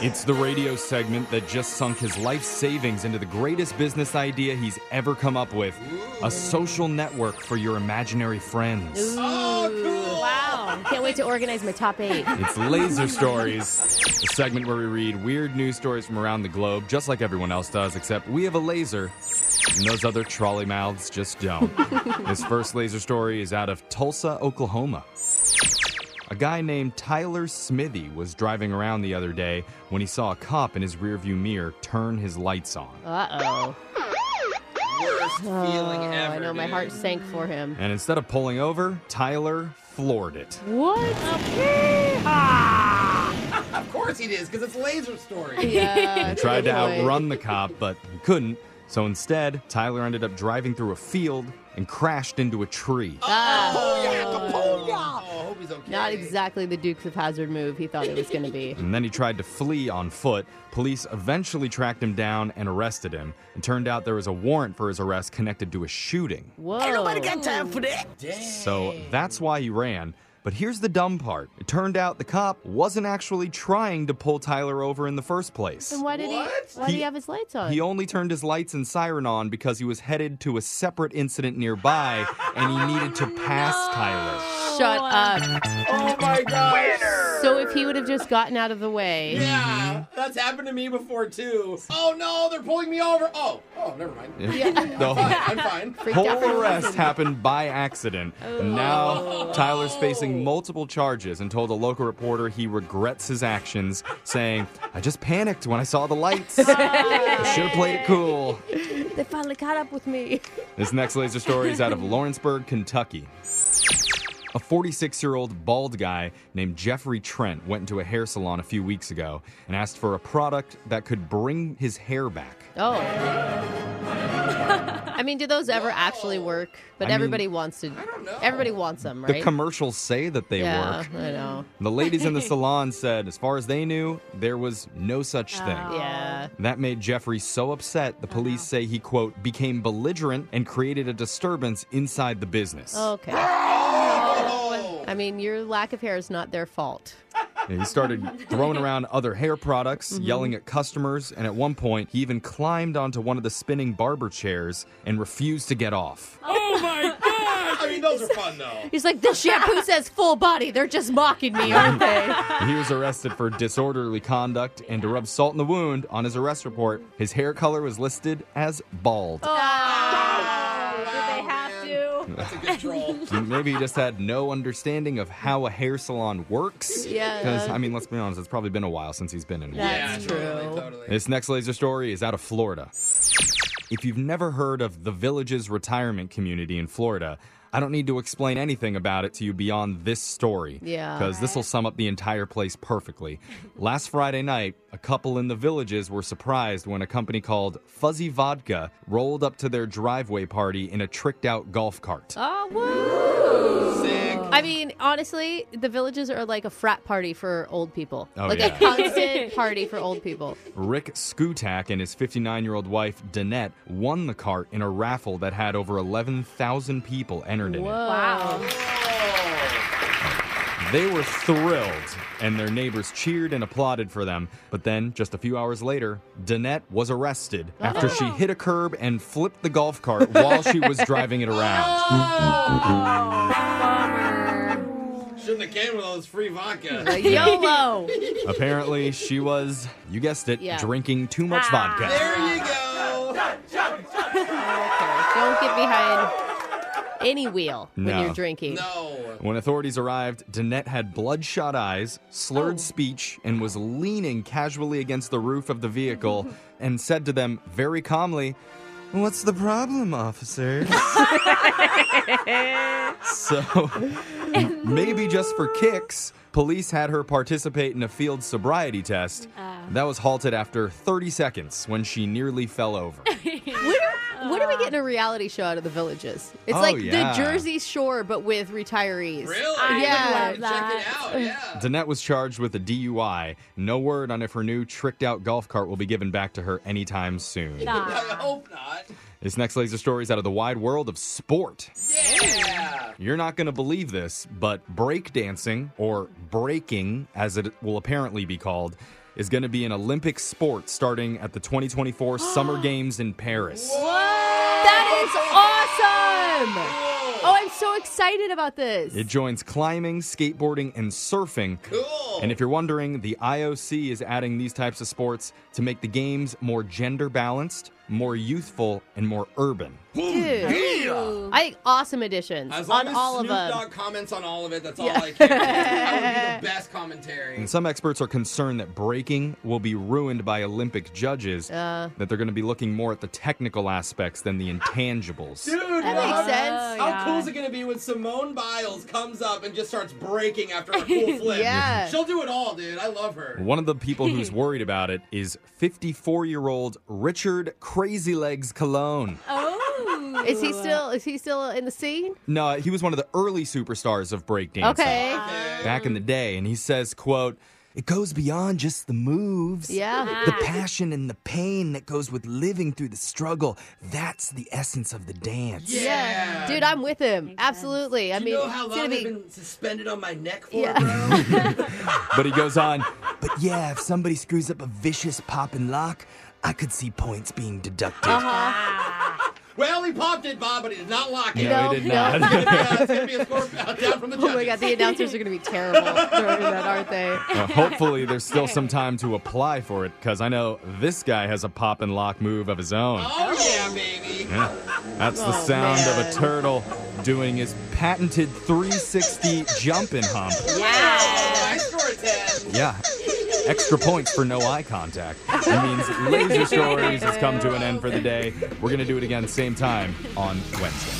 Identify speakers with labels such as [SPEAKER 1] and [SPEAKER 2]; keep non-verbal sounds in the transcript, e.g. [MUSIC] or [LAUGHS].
[SPEAKER 1] It's the radio segment that just sunk his life savings into the greatest business idea he's ever come up with a social network for your imaginary friends.
[SPEAKER 2] Oh, cool.
[SPEAKER 3] Wow. Can't wait to organize my top eight.
[SPEAKER 1] It's Laser Stories, a segment where we read weird news stories from around the globe, just like everyone else does, except we have a laser, and those other trolley mouths just don't. this first laser story is out of Tulsa, Oklahoma. A guy named Tyler Smithy was driving around the other day when he saw a cop in his rearview mirror turn his lights on.
[SPEAKER 3] Uh oh.
[SPEAKER 2] Worst feeling ever.
[SPEAKER 3] I know my
[SPEAKER 2] dude.
[SPEAKER 3] heart sank for him.
[SPEAKER 1] And instead of pulling over, Tyler floored it.
[SPEAKER 3] What?
[SPEAKER 2] Of course it is, because it's laser story.
[SPEAKER 3] Yeah.
[SPEAKER 1] He tried to
[SPEAKER 3] good boy.
[SPEAKER 1] outrun the cop, but he couldn't. So instead, Tyler ended up driving through a field and crashed into a tree.
[SPEAKER 3] Oh.
[SPEAKER 2] oh, I hope he's okay.
[SPEAKER 3] Uh, Not exactly the Dukes of Hazard move he thought it was going to be.
[SPEAKER 1] And then he tried to flee on foot. Police eventually tracked him down and arrested him. And turned out there was a warrant for his arrest connected to a shooting.
[SPEAKER 3] Whoa.
[SPEAKER 1] So that's why he ran. But here's the dumb part. It turned out the cop wasn't actually trying to pull Tyler over in the first place.
[SPEAKER 3] Then why did
[SPEAKER 2] What?
[SPEAKER 3] he? Why did
[SPEAKER 1] He-
[SPEAKER 3] he have his lights on?
[SPEAKER 1] He only turned his lights and siren on because he was headed to a separate incident nearby and he needed to pass Tyler.
[SPEAKER 3] Shut up.
[SPEAKER 2] Oh my gosh.
[SPEAKER 3] So if he would have just gotten out of the way.
[SPEAKER 2] Yeah, that's happened to me before too. Oh no, they're pulling me over. Oh, oh, never mind.
[SPEAKER 1] [LAUGHS] The whole,
[SPEAKER 2] I'm fine. [LAUGHS]
[SPEAKER 3] out for
[SPEAKER 1] whole
[SPEAKER 3] no
[SPEAKER 1] arrest happened by accident. And now Tyler's facing multiple charges and told a local reporter he regrets his actions, saying, I just panicked when I saw the lights. Should have played it cool.
[SPEAKER 3] They finally caught up with me. [LAUGHS]
[SPEAKER 1] This next laser story is out of Lawrenceburg, Kentucky. A 46 year old bald guy named Jeffrey Trent went into a hair salon a few weeks ago and asked for a product that could bring his hair back.
[SPEAKER 3] Oh. I mean, do those ever actually work? But
[SPEAKER 1] I mean,
[SPEAKER 3] everybody wants to. I don't know. Everybody wants them, right?
[SPEAKER 1] The commercials say that they
[SPEAKER 3] yeah,
[SPEAKER 1] work.
[SPEAKER 3] I know.
[SPEAKER 1] The ladies
[SPEAKER 3] [LAUGHS]
[SPEAKER 1] in the salon said, as far as they knew, there was no such thing.
[SPEAKER 3] Ah. Yeah. Uh-huh.
[SPEAKER 1] That made Jeffrey so upset, the police say he, quote, became belligerent and created a disturbance inside the business.
[SPEAKER 3] Okay. [GASPS]
[SPEAKER 2] Oh,
[SPEAKER 3] I mean, your lack of hair is not their fault.
[SPEAKER 1] And he started throwing around other hair products, yelling at customers, and at one point, he even climbed onto one of the spinning barber chairs and refused to get off.
[SPEAKER 2] I mean, those are fun though.
[SPEAKER 3] He's like, this [LAUGHS] shampoo says full body. They're just mocking me, aren't [LAUGHS] they?
[SPEAKER 1] He was arrested for disorderly conduct, and to rub salt in the wound, on his arrest report, his hair color was listed as bald.
[SPEAKER 3] Oh,
[SPEAKER 2] Wow,
[SPEAKER 3] [LAUGHS]
[SPEAKER 2] man.
[SPEAKER 3] to?
[SPEAKER 2] That's a good troll.
[SPEAKER 1] Maybe he just had no understanding of how a hair salon works.
[SPEAKER 3] Yeah.
[SPEAKER 1] Because, I mean, let's be honest, it's probably been a while since he's been in one.
[SPEAKER 3] That's
[SPEAKER 2] yeah,
[SPEAKER 3] true.
[SPEAKER 2] Totally, totally.
[SPEAKER 1] This next laser story is out of Florida. If you've never heard of the Villages Retirement Community in Florida, I don't need to explain anything about it to you beyond this story.
[SPEAKER 3] Yeah.
[SPEAKER 1] Because this will sum up the entire place
[SPEAKER 3] [LAUGHS]
[SPEAKER 1] perfectly. Last Friday night, a couple in the Villages were surprised when a company called Fuzzy Vodka rolled up to their driveway party in a tricked out golf cart.
[SPEAKER 3] Oh, woo!
[SPEAKER 2] Sick.
[SPEAKER 3] I mean, honestly, the villages are like a frat party for old people.
[SPEAKER 1] Oh,
[SPEAKER 3] like
[SPEAKER 1] yeah. [LAUGHS]
[SPEAKER 3] a constant party for old people.
[SPEAKER 1] Rick Skutak and his 59 year old wife, Danette, won the cart in a raffle that had over 11,000 people entered in it.
[SPEAKER 3] Wow.
[SPEAKER 1] They were thrilled, and their neighbors cheered and applauded for them. But then, just a few hours later, Danette was arrested after she hit a curb and flipped the golf cart while she was driving it around.
[SPEAKER 2] Oh, Shouldn't have came with all this free vodka.
[SPEAKER 3] YOLO!
[SPEAKER 1] Apparently, she was, you guessed it,
[SPEAKER 3] Yeah.
[SPEAKER 1] drinking too much vodka.
[SPEAKER 2] there you go.
[SPEAKER 3] Don't get behind any wheel
[SPEAKER 1] No.
[SPEAKER 3] when you're drinking.
[SPEAKER 2] No.
[SPEAKER 1] When authorities arrived, Danette had bloodshot eyes, slurred speech, and was leaning casually against the roof of the vehicle and said to them very calmly, What's the problem, officers? so, m- maybe just for kicks, police had her participate in a field sobriety test. That was halted after 30 seconds when she nearly fell over.
[SPEAKER 3] When are we getting a reality show out of the villages? It's
[SPEAKER 1] Oh,
[SPEAKER 3] like
[SPEAKER 1] yeah.
[SPEAKER 3] the Jersey Shore, but with retirees.
[SPEAKER 2] Really?
[SPEAKER 3] I Yeah.
[SPEAKER 2] Check it out. Yeah.
[SPEAKER 1] Danette was charged with a DUI. No word on if her new tricked out golf cart will be given back to her anytime soon.
[SPEAKER 2] I hope not.
[SPEAKER 1] This next laser story is out of the wide world of sport.
[SPEAKER 2] Yeah.
[SPEAKER 1] You're not going to believe this, but breakdancing, or breaking as it will apparently be called, is going to be an Olympic sport starting at the 2024 Summer Games in Paris.
[SPEAKER 3] That is awesome! Oh, I'm so excited about this.
[SPEAKER 1] It joins climbing, skateboarding, and surfing.
[SPEAKER 2] Cool.
[SPEAKER 1] And if you're wondering, the IOC is adding these types of sports to make the games more gender balanced, more youthful, and more urban.
[SPEAKER 3] Dude. I awesome additions
[SPEAKER 2] As long
[SPEAKER 3] on
[SPEAKER 2] as
[SPEAKER 3] all
[SPEAKER 2] Snoop
[SPEAKER 3] of them.
[SPEAKER 2] Dogg comments on all of it, that's all I care. that
[SPEAKER 3] [LAUGHS]
[SPEAKER 2] would be the best commentary.
[SPEAKER 1] And some experts are concerned that breaking will be ruined by Olympic judges,
[SPEAKER 2] Uh.
[SPEAKER 1] that they're going to be looking more at the technical aspects than the intangibles.
[SPEAKER 2] Dude,
[SPEAKER 3] That
[SPEAKER 2] what?
[SPEAKER 3] makes sense. Oh,
[SPEAKER 2] How
[SPEAKER 4] yeah.
[SPEAKER 2] cool is it gonna be when Simone Biles comes up and just starts breaking after a cool
[SPEAKER 3] [LAUGHS]
[SPEAKER 2] flip?
[SPEAKER 3] Yeah.
[SPEAKER 2] She'll do it all, dude. I love her.
[SPEAKER 1] One of the people
[SPEAKER 2] [LAUGHS]
[SPEAKER 1] who's worried about it is 54 year old Richard Crazy Legs Cologne.
[SPEAKER 4] Oh.
[SPEAKER 3] Is he still is he still in the scene?
[SPEAKER 1] No, he was one of the early superstars of breakdancing.
[SPEAKER 3] Okay.
[SPEAKER 2] Okay.
[SPEAKER 1] back in the day and he says quote it goes beyond just the moves
[SPEAKER 3] Yeah.
[SPEAKER 1] the passion and the pain that goes with living through the struggle that's the essence of the dance
[SPEAKER 2] Yeah.
[SPEAKER 3] Dude, I'm with him.
[SPEAKER 4] Makes sense.
[SPEAKER 3] Absolutely. I
[SPEAKER 2] you
[SPEAKER 3] mean,
[SPEAKER 2] know how
[SPEAKER 3] it's
[SPEAKER 2] long
[SPEAKER 3] gonna
[SPEAKER 2] I've
[SPEAKER 3] be
[SPEAKER 2] been suspended on my neck
[SPEAKER 3] [LAUGHS]
[SPEAKER 2] for, bro?
[SPEAKER 3] Yeah.
[SPEAKER 1] but he goes on but yeah if somebody screws up a vicious pop and lock i could see points being deducted
[SPEAKER 2] well, he popped it, Bob, but he did not lock it. [LAUGHS]
[SPEAKER 1] no,
[SPEAKER 3] No,
[SPEAKER 1] he did
[SPEAKER 3] no.
[SPEAKER 1] not
[SPEAKER 2] yeah, it's gonna be a score down from
[SPEAKER 3] [LAUGHS]
[SPEAKER 2] the
[SPEAKER 3] Oh my god, the announcers are gonna be
[SPEAKER 2] [LAUGHS]
[SPEAKER 3] terrible during that, aren't they?
[SPEAKER 1] Well, Uh, hopefully there's still some time to apply for it because i know this guy has a pop and lock move of his own
[SPEAKER 2] Oh yeah, baby.
[SPEAKER 1] Yeah, that's the
[SPEAKER 3] Oh,
[SPEAKER 1] sound of a
[SPEAKER 3] man.
[SPEAKER 1] turtle doing his patented 360 jump and hump.
[SPEAKER 2] Oh, I score a ten.
[SPEAKER 1] Yeah. Extra points for no eye contact. It means Laser Stories has come to an end for the day. We're going to do it again, same time on Wednesday.